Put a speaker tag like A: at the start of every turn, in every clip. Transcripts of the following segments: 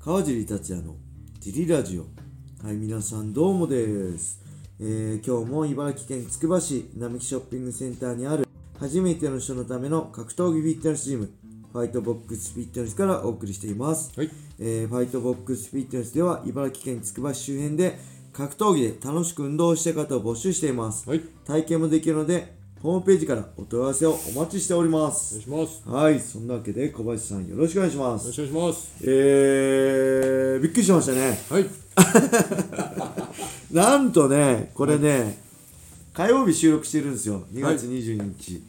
A: 川尻達也のジリラジオはい皆さんどうもです、えー今日も茨城県つくば市並木ショッピングセンターにある初めての人のための格闘技フィットネスチームファイトボックスフィットネスからお送りしています、
B: はい
A: えーファイトボックスフィットネスでは茨城県つくば市周辺で格闘技で楽しく運動している方を募集しています、
B: はい
A: 体験もできるのでホームページからお問い合わせをお待ちしておりま
B: お願い
A: す
B: します
A: はいそんなわけで小林さんよろしくお願いしま
B: よ
A: す
B: ろしくお願いします
A: えー、びっくりしましたね
B: はい
A: なんとねこれね火曜日収録してるんですよ2月22日、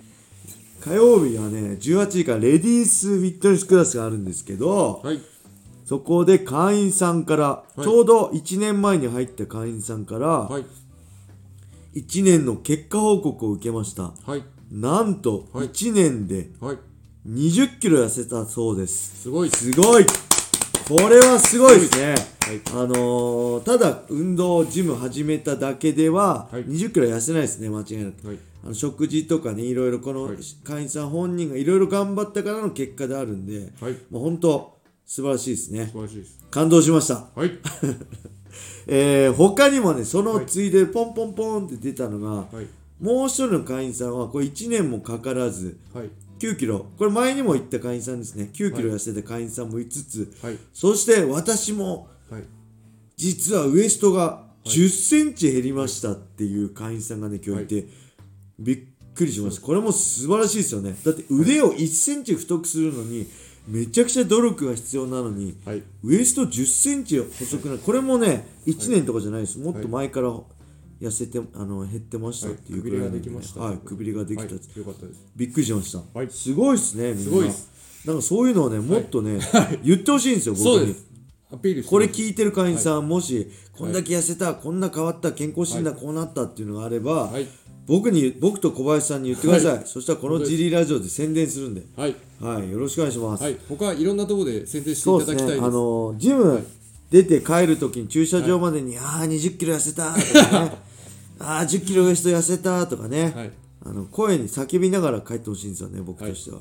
A: 火曜日はね18時からレディースフィットネスクラスがあるんですけど、
B: はい
A: そこで会員さんから、
B: い
A: ちょうど1年前に入った会員さんから、
B: はい
A: 1年の結果報告を受けました
B: はい
A: なんと
B: はい
A: 1年で
B: はい
A: 2 0キロ痩せたそうです
B: すごい
A: すごいこれはすごいですね、
B: はい
A: あのーただ運動ジム始めただけでは
B: はい
A: 2 0キロ痩せないですね間違いなく、
B: はい
A: あの食事とかねいろいろこの
B: はい
A: 会員さん本人がいろいろ頑張ったからの結果であるんで、
B: はい
A: もう本当素晴らしいですね
B: 素晴らしいです
A: 感動しました
B: はい
A: えー他にもねそのついでポンポンポンって出たのが、
B: はい
A: もう一人の会員さんはこれ1年もかからず
B: はい
A: 9キロこれ前にも言った会員さんですね9キロ痩せた会員さんも5つ、
B: はい
A: そして私も
B: はい
A: 実はウエストが1 0ンチ減りましたっていう会員さんがね今日いて、びっくりしましたこれも素晴らしいですよねだって腕を1センチ太くするのにめちゃくちゃ努力が必要なのに、
B: はい
A: ウエスト1 0ンチ細くなるこれもね1年とかじゃないです、もっと前から痩せてあの減ってましたっていう
B: はい
A: くらいなん
B: くびれができました
A: はいくびれができ
B: は
A: た
B: いよかったです
A: びっくりしました、
B: はい
A: すごいですねみんな
B: すごいっす
A: なんかそういうのをねもっとね、言ってほしいんですよ僕に
B: そうですアピールして
A: これ聞いてる会員さん、もしこんだけ痩せた、こんな変わった健康診断こうなったっていうのがあれば、
B: はい
A: 僕に僕と小林さんに言ってください、そしたらこの
B: 本当
A: ジリラジオで宣伝するんで、
B: はい
A: はい、よろしくお願いします、
B: はい他いろんなところで宣伝して
A: そう
B: い
A: で
B: た
A: す
B: だきたい
A: ね
B: で
A: あ
B: す
A: のジム出て帰るときに駐車場までに、ああ2 0キロ痩せたとか ねああ1 0キロウエスト痩せたとかね、
B: はい
A: あの声に叫びながら帰ってほしいんですよね僕としては、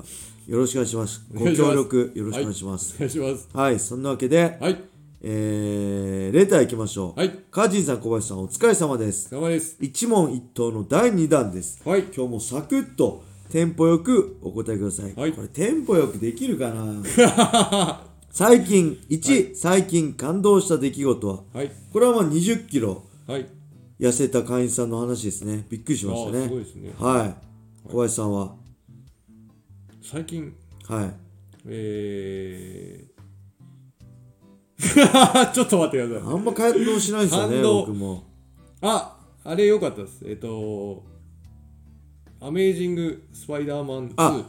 A: よろしくお願いします
B: お
A: ご
B: 願いします
A: 協力よろしくお願いします
B: お願いします
A: はい、そんなわけで、
B: はい
A: えー、レター行きましょう。
B: はい
A: カージンさん、小林さん、お疲れ様です。
B: 頑張りです
A: 一問一答の第2弾です。
B: はい
A: 今日もサクッとテンポよくお答えください。
B: はい
A: これテンポよくできるかな 最近、1、最近感動した出来事は、
B: はい
A: これはまあ20キロ
B: はい
A: 痩せた会員さんの話ですね。びっくりしました
B: あ
A: ね。
B: ーすごいですね
A: はい。小林さんは、
B: 最近
A: はい。
B: えー ちょっと待ってください
A: あんま感動しないですよね、
B: 感動
A: 僕も。
B: ああれ良かったですえっとアメイジングスパイダーマン2
A: あ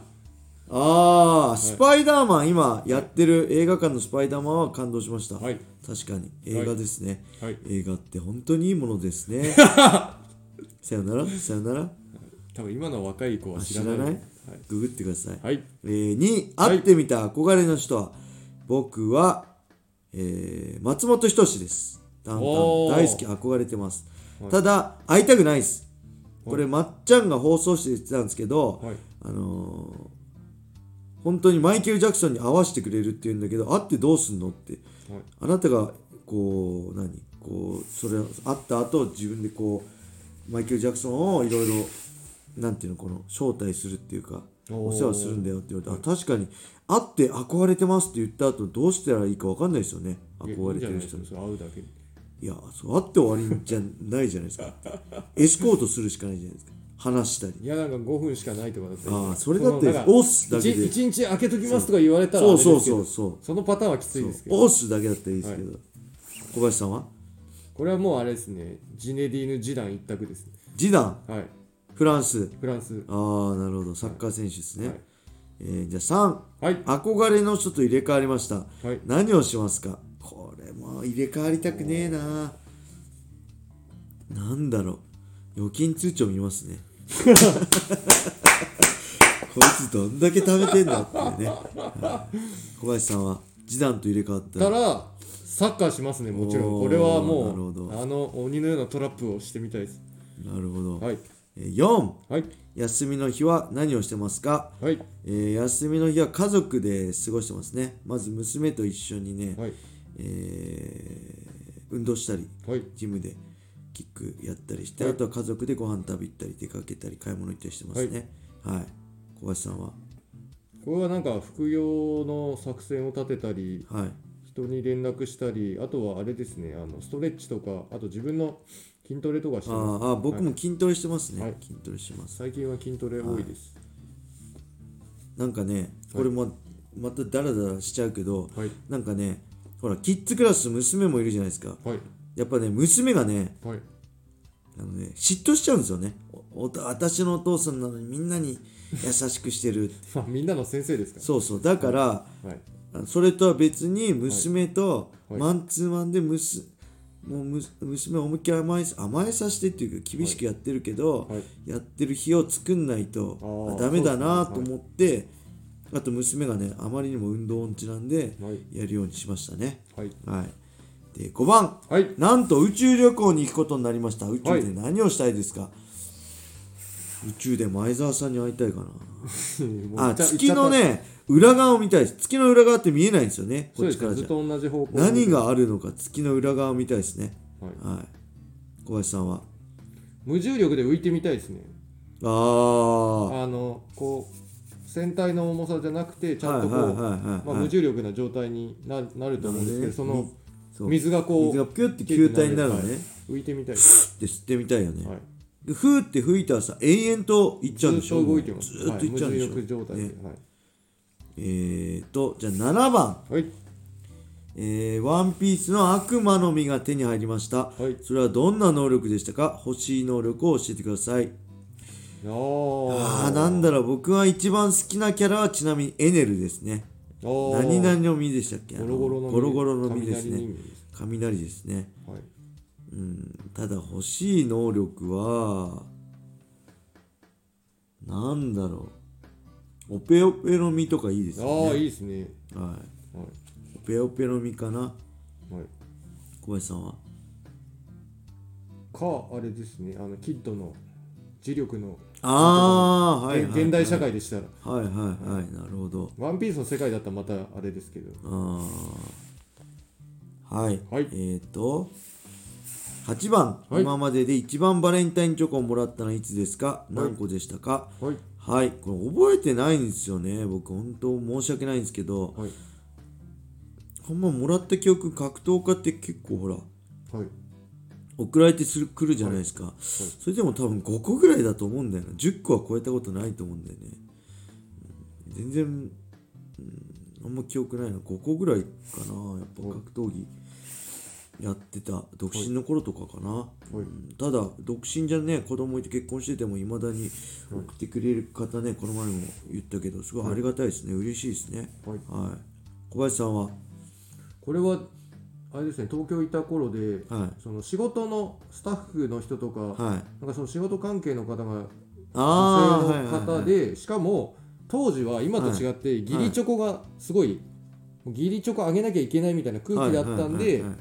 A: ああ、スパイダーマン、今やってる映画館のスパイダーマンは感動しました。
B: はい
A: 確かに、映画ですね、
B: はい
A: 映画って本当にいいものですね。 さよなら、さよなら、
B: 多分今の若い子は知
A: 知ら
B: らな
A: ないい、
B: はい
A: ググってください。
B: はい
A: えー、2、
B: は
A: 会
B: い
A: ってみた憧れの人は、僕は、えー、松本人志です。ダウンタウン
B: おー
A: 大好き、憧れてます。ただ、会いたくないです。これ、まっちゃんが放送して言ってたんですけど、
B: はい
A: あのー本当にマイケル・ジャクソンに合わせてくれるって言うんだけど会ってどうすんのって
B: はい
A: あなたがこう何こうそれ会った後自分でこうマイケル・ジャクソンをいろいろなんていうのこの招待するっていうか
B: お
A: お
B: ー
A: 世話するんだよって言われてあ確かに会って憧れてますって言った後どうしたらいいか分かんないですよね
B: いや
A: 憧れて
B: いいん
A: る
B: じゃ
A: 人
B: な
A: に
B: いですかそれ会うだけで
A: いやそう会って終わりじゃないじゃないです かエスコートするしかないじゃないですか話したり
B: いやなんか5分しかないとかだった
A: あーそれだって
B: お
A: 押すだけで
B: 1日開けときますとか言われたらあ
A: そ
B: れ
A: う
B: ですけ
A: そ
B: ど
A: うそうそう
B: そのパターンはきついですけど
A: オースだけだったらいいですけど、小林さんは
B: これはもうあれですねジネディーヌ時短一択ですね
A: ジダン
B: はい
A: フランス
B: フランス
A: ああなるほどサッカー選手ですね、
B: はい
A: えーじゃあ
B: はい
A: 3憧れの人と入れ替わりました、
B: はい
A: 何をしますかこれも入れ替わりたくねえななんだろう預金通帳見ます ねこいつどんだけ食べてんだっていうね、はい小林さんはジダンと入れ替わった
B: た
A: ら
B: らサッカーしますねもちろん
A: おー
B: これは
A: なるほ
B: も
A: ど
B: うあの鬼のようなトラップをしてみたいです
A: なるほど、
B: はい
A: えー4
B: はい
A: 休みの日は何をしてますか、
B: はい
A: えー休みの日は家族で過ごしてますねまず娘と一緒にね、
B: はい
A: えー運動したり
B: はい
A: ジムでキックやったりして、
B: はい
A: あとは家族でご飯食べ行ったり出かけたり買い物行ったりしてますねはい、小林さんは
B: これはなんか副業の作戦を立てたり
A: はい
B: 人に連絡したりあとはあれですねあのストレッチとかあと自分の筋トレとかして
A: あ
B: ます
A: ーあー僕も筋トレしてますね、
B: はい
A: 筋トレしてます
B: 最近は筋トレ多いです
A: なんかねこれも、またダラダラしちゃうけど
B: はい
A: なんかねほらキッズクラス娘もいるじゃないですか
B: はい
A: やっぱね娘がね
B: はい
A: あのね嫉妬しちゃうんですよねおお私のお父さんなのにみんなに優しくしてる
B: まあみんなの先生ですか
A: そうそうだから、
B: らはい
A: それとは別に娘と
B: はい
A: マンツーマンでむすもうむ娘を思いっきり甘え甘えさせてっていうか厳しくやってるけど、
B: はい
A: やってる日を作んないと
B: あー
A: あダメだな
B: そ
A: と
B: うです
A: 思って、あと娘がねあまりにも運動音痴なんで
B: はい
A: やるようにしましたね
B: はい
A: はいで5番
B: はい
A: なんと宇宙旅行に行くことになりました宇宙
B: はい
A: で何をしたいですか、宇宙で前澤さんに会いたいかな
B: もう行
A: あ
B: っちゃ
A: 月のね裏側を見たいです月の裏側って見えないんですよね
B: そ
A: こっ
B: うで
A: ち
B: す
A: か
B: ね
A: ら
B: ず
A: じ
B: っ
A: ゃ
B: と同じ方向
A: 何があるのか月の裏側を見たいですね
B: はい
A: はい小林さんは
B: 無重力で浮いてみたいですね
A: ああは
B: あのこう船体の重さじゃなくて
A: い
B: ち
A: は
B: ゃん
A: い
B: とこ
A: はいうはい
B: まあ
A: はい
B: 無重力な状態にななると思うんですけどそ
A: なる
B: の
A: ほそう水
B: 水がこ
A: が
B: う
A: ピュって球体になるの
B: は
A: ね
B: 浮いてみたいです
A: って吸ってみたいよね、
B: はい
A: でふーって吹いたらさ延々と行っちゃうんでしょ
B: ずっと動いてます。
A: ずーっと行っちゃうんでしょ、
B: はい、無重力状態で、
A: ねえーとじゃあ7番
B: はい。はい。
A: えーワンピースの悪魔の実が手に入りました、
B: はい
A: それはどんな能力でしたか欲しい能力を教えてくださいあ
B: あ
A: あーなんだろう僕は一番好きなキャラはちなみにエネルですね
B: あー
A: 何々の実でしたっけあ
B: ゴ
A: の
B: ロゴロの実
A: ゴロゴロの実です
B: 雷
A: ね
B: 人間です
A: 雷ですね
B: はい。
A: うんただ欲しい能力はなんだろうオペオペの実とかいいですよ
B: ああ、
A: ね
B: いいですね。
A: は
B: はい。
A: オペオペの実かない
B: はい。
A: 小林さんは
B: か、あれですね。あの、キッドの磁力の、
A: ああーはいはい、はい、
B: 現代社会でしたら、
A: はいはいはい、なるほど。
B: ワンピースの世界だったらまたあれですけど。
A: あーはい。
B: はい
A: えっ、と、8番、
B: はい
A: 今までで一番バレンタインチョコをもらったのはいつですか何個でしたか
B: はい。
A: はい。これ覚えてないんですよね。僕、本当申し訳ないんですけど、
B: はい。
A: あんまもらった記憶、格闘家って結構ほら、
B: はい。
A: 送られてする来るじゃないですか、それでも多分5個ぐらいだと思うんだよな10個は超えたことないと思うんだよねうん全然、うん、あんま記憶ないな5個ぐらいかなやっぱ格闘技やってた独身の頃とかかな、
B: はい
A: うんただ独身じゃね子供いて結婚しててもいまだに送ってくれる方ねこの前も言ったけどすごいありがたいですね、嬉しいですね
B: はい
A: はい小林さんは
B: これは、あれですね、東京いた頃で、
A: は
B: その仕事のスタッフの人とか、
A: いはい
B: なんかその仕事関係の方が
A: ああ、
B: 女性の
A: はいはいは
B: 方
A: い
B: で、しかも当時は今と違って義理チョコがすごい、もう義理チョコあげなきゃいけないみたいな空気だったんで、
A: はいはいはいはい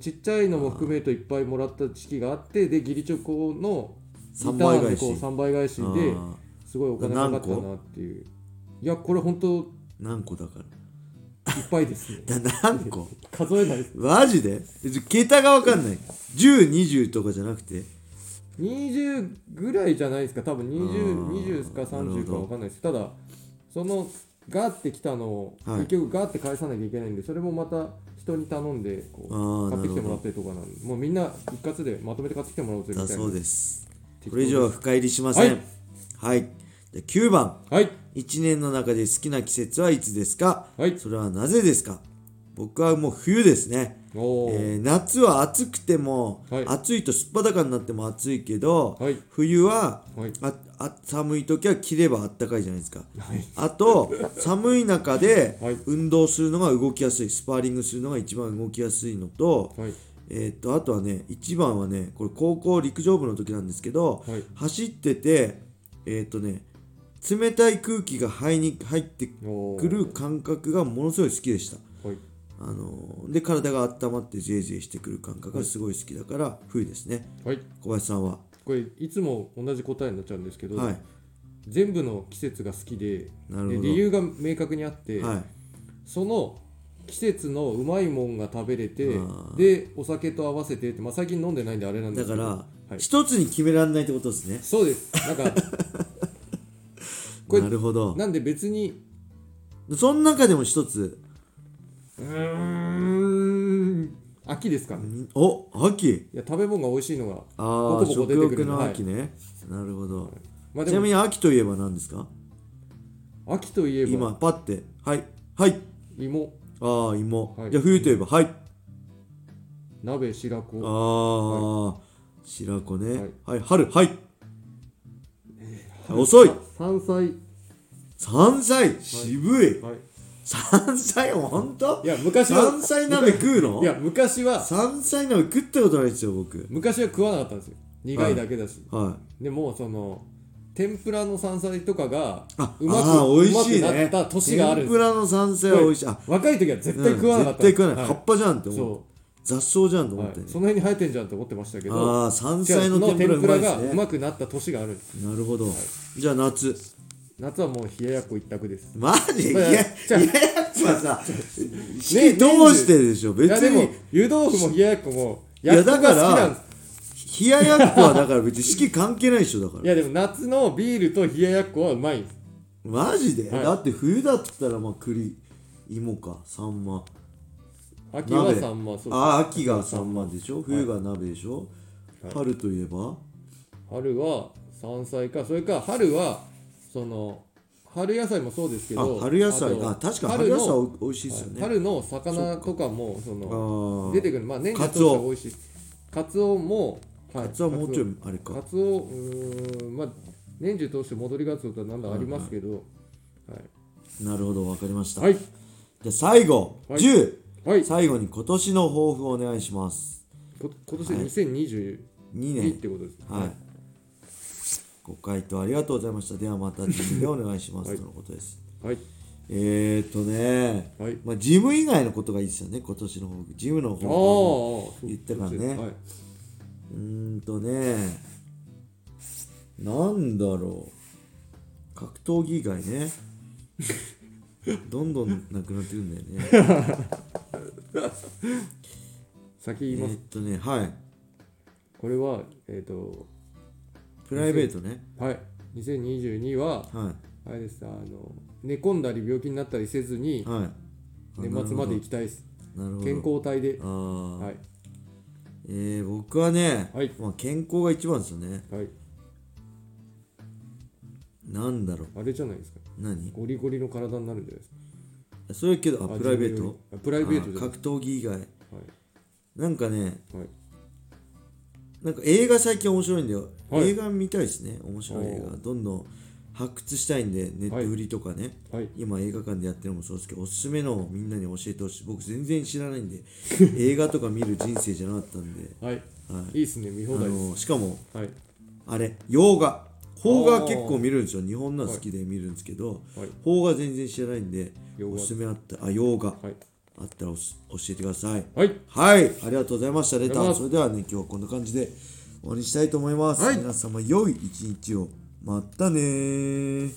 B: ちっちゃいのも含めるといっぱいもらった時期があってで義理チョコの
A: 三
B: リタ
A: 倍
B: ーン
A: 返
B: で
A: し
B: こう3倍返し
A: ああ
B: ですごいお金かかったなっていういやこれ本当いっ
A: 何個だか
B: ぱ いですね
A: らだ何個
B: 数えないです
A: マジでじゃ桁が分かんない1020とかじゃなくて
B: 20ぐらいじゃないですか多分
A: あー
B: 20, 20か
A: なる
B: 30
A: ほ
B: か
A: ど
B: わかんないですただそのガーってきたのを、
A: はい
B: 結局ガーって返さなきゃいけないんでそれもまた人に頼んで
A: あ
B: こ
A: あ
B: う買っ
A: な
B: て
A: るほ
B: きてもら
A: ど
B: ってとかなんでもうみんな一括でまとめて買ってきてもらおうぜみた
A: だ
B: いな
A: そうですこ
B: 適当
A: れ
B: で
A: 以
B: す
A: 上は深入りしませんはい、じゃあ9番
B: はい
A: 1年の中で好きな季節はいつですか
B: はい
A: それはなぜですか僕はもう冬ですね、
B: お
A: え
B: お、
A: ー夏は暑くても、
B: はい
A: 暑いとすっぱだかになっても暑いけど、
B: はい
A: 冬は
B: はい
A: ああ寒い時は着ればあったかいじゃないですか、
B: はい
A: あと寒い中で
B: はい
A: 運動するのが動きやすいスパーリングするのが一番動きやすいのと,、
B: はい
A: えーっとあとはね一番はねこれ高校陸上部の時なんですけど、
B: はい
A: 走っててえーっとね冷たい空気が肺に入って
B: おー
A: くる感覚がものすごい好きでした。
B: はい
A: あのーで体が温まってジェイジェイしてくる感覚がすごい好きだから、冬ですね
B: はい
A: 小林さんは
B: これいつも同じ答えになっちゃうんですけど、
A: はい
B: 全部の季節が好きで
A: なるほど
B: で理由が明確にあって、
A: はい
B: その季節のうまいもんが食べれ
A: あ
B: て
A: ー
B: でお酒と合わせてって、まあ、最近飲んでないんであれなんで
A: だ
B: すけ
A: か
B: ど
A: ら、
B: い
A: 一つに決められないってことですね
B: そうですなんか これ
A: なるほど
B: なんで別に
A: その中でも一つ
B: うーん秋ですかね
A: んお秋
B: いや食べ物が美味しいのが
A: あ
B: ボコ
A: あ
B: ボコ
A: 食
B: 出てくる
A: 欲の秋ね、なるほど
B: まあ
A: ち
B: で
A: な
B: も
A: みに秋といえば何ですか
B: 秋といえば
A: 今パッてはいはい
B: 芋
A: ああ芋、
B: はい
A: じゃあ冬といえばはい
B: 鍋白子
A: ああ、白子ね
B: はい
A: はい、春はい、遅い
B: 山菜
A: 山菜渋い、
B: はい
A: 山菜ほんと
B: いや昔は
A: 山菜鍋食うの
B: いや昔は
A: 山菜鍋食ったことないですよ僕
B: 昔は食わなかったんですよ苦いだけだし、
A: は
B: でもその天ぷらの山菜とかが
A: いあ
B: うまく
A: あー美味しいう
B: まくな
A: ね
B: った年がある
A: 天
B: んです
A: ぷ
B: よ
A: らの山菜は美味しいあ
B: 若い時は絶対食わなかった、
A: うん絶対食わない、
B: は
A: 葉っぱじゃんって思う
B: そ
A: 雑草じゃんと
B: う、
A: 思
B: は
A: って、
B: い、その辺に生えてんじゃんと思ってましたけど
A: ああ山
B: 違
A: 菜
B: う
A: の天ぷらうまいで
B: が
A: す
B: う
A: ね
B: まくなった年があるんです
A: なるほど、じゃあ夏
B: 夏はもう冷ややっこ一択です
A: マジい
B: まあ
A: やいや
B: じゃあ
A: やっぱさ火通してでしょ
B: い
A: 別
B: やでも
A: に
B: 湯豆腐も冷ややっこも
A: いや
B: やっこが好きなんです
A: 冷ややっこはだから別に四季関係ないでしょだか
B: い
A: ら
B: やでも夏のビールと冷ややっこはうまいんです
A: マジで、
B: はい
A: だって冬だったらまあ栗芋かサンマ
B: 秋は
A: 鍋
B: さんまそう
A: あ秋がサンマでしょ冬が鍋でしょ、春といえば
B: 春は山菜かそれか春はその春野菜もそうですけど
A: あ春野菜
B: と
A: あ確かに春野菜お美味しいですよ
B: 春の
A: ね、
B: 春の魚とかもそ
A: あ
B: の
A: ー
B: 出てくるまあ年
A: カ
B: 中
A: ツオ
B: とか美味しいカツオもはい
A: カツオはもうちょいあれ
B: カ
A: か
B: ツオカツオうーんまあ年中通して戻りガツオとは何だありますけど
A: なるほどわかりました、
B: はい
A: じゃあ最後、
B: はい
A: 10
B: はい
A: 最後に今年の抱負をお願いします
B: こ今年2022
A: 2年
B: ってことですね
A: はい。ご回答ありがとうございました。ではまた次でお願いします、とのことです。
B: はい
A: えーっとね、
B: はい
A: まあ、事務以外のことがいいですよね、今年の抱負。事務の
B: ああ
A: 方
B: そう
A: 言ってたね
B: はいう
A: ーんとね、なんだろう。格闘技以外ね。どんどんなくなってくんだよ ね。
B: 先
A: え
B: 言います
A: ーっとね、はい。
B: これはえっと
A: プライベートね。
B: はい2022は
A: は
B: あれですあの寝込んだり病気になったりせず
A: い。
B: に
A: はい。
B: 年末まで行きたいです
A: なるほど。
B: 健康体で
A: あー
B: はい
A: えー、僕はね、
B: はい
A: まあ、健康が一番ですよね。
B: はい
A: なんだろう
B: あれじゃないですか
A: 何
B: ゴリゴリの体になるんじゃないですか
A: それけどあ
B: あ
A: プライベー
B: 自
A: ト
B: 分よりあプライベートじ
A: あ
B: ゃない
A: 格闘技以外
B: は
A: なんかね
B: いはい
A: なんか映画最近面白いんだよ、
B: はい
A: 映画見たいですね面白い映
B: お
A: 画どんどん発掘したいんでネット売りとかね、
B: はい
A: 今映画館でやってるのもそうですけどおすすめのをみんなに教えてほしい僕全然知らない んで映画とか見る人生じゃなかったんで
B: はい
A: はい
B: いいっすね見
A: あ
B: 放題です
A: のしかも
B: はい
A: あれ洋画邦画結構見るんですよ日本のは好きで見るんですけど、
B: はい
A: 邦画全然知らないんで
B: 洋画
A: おすすめあったあ洋画
B: はい
A: あったらおす教えてください
B: はい
A: はい、ありがとうございました、レタ
B: あり
A: ー。
B: が
A: そ
B: と
A: れではね、今日はこんな感じで終わりにしたいと思います。
B: はい
A: 皆様、良い一日を。またねー。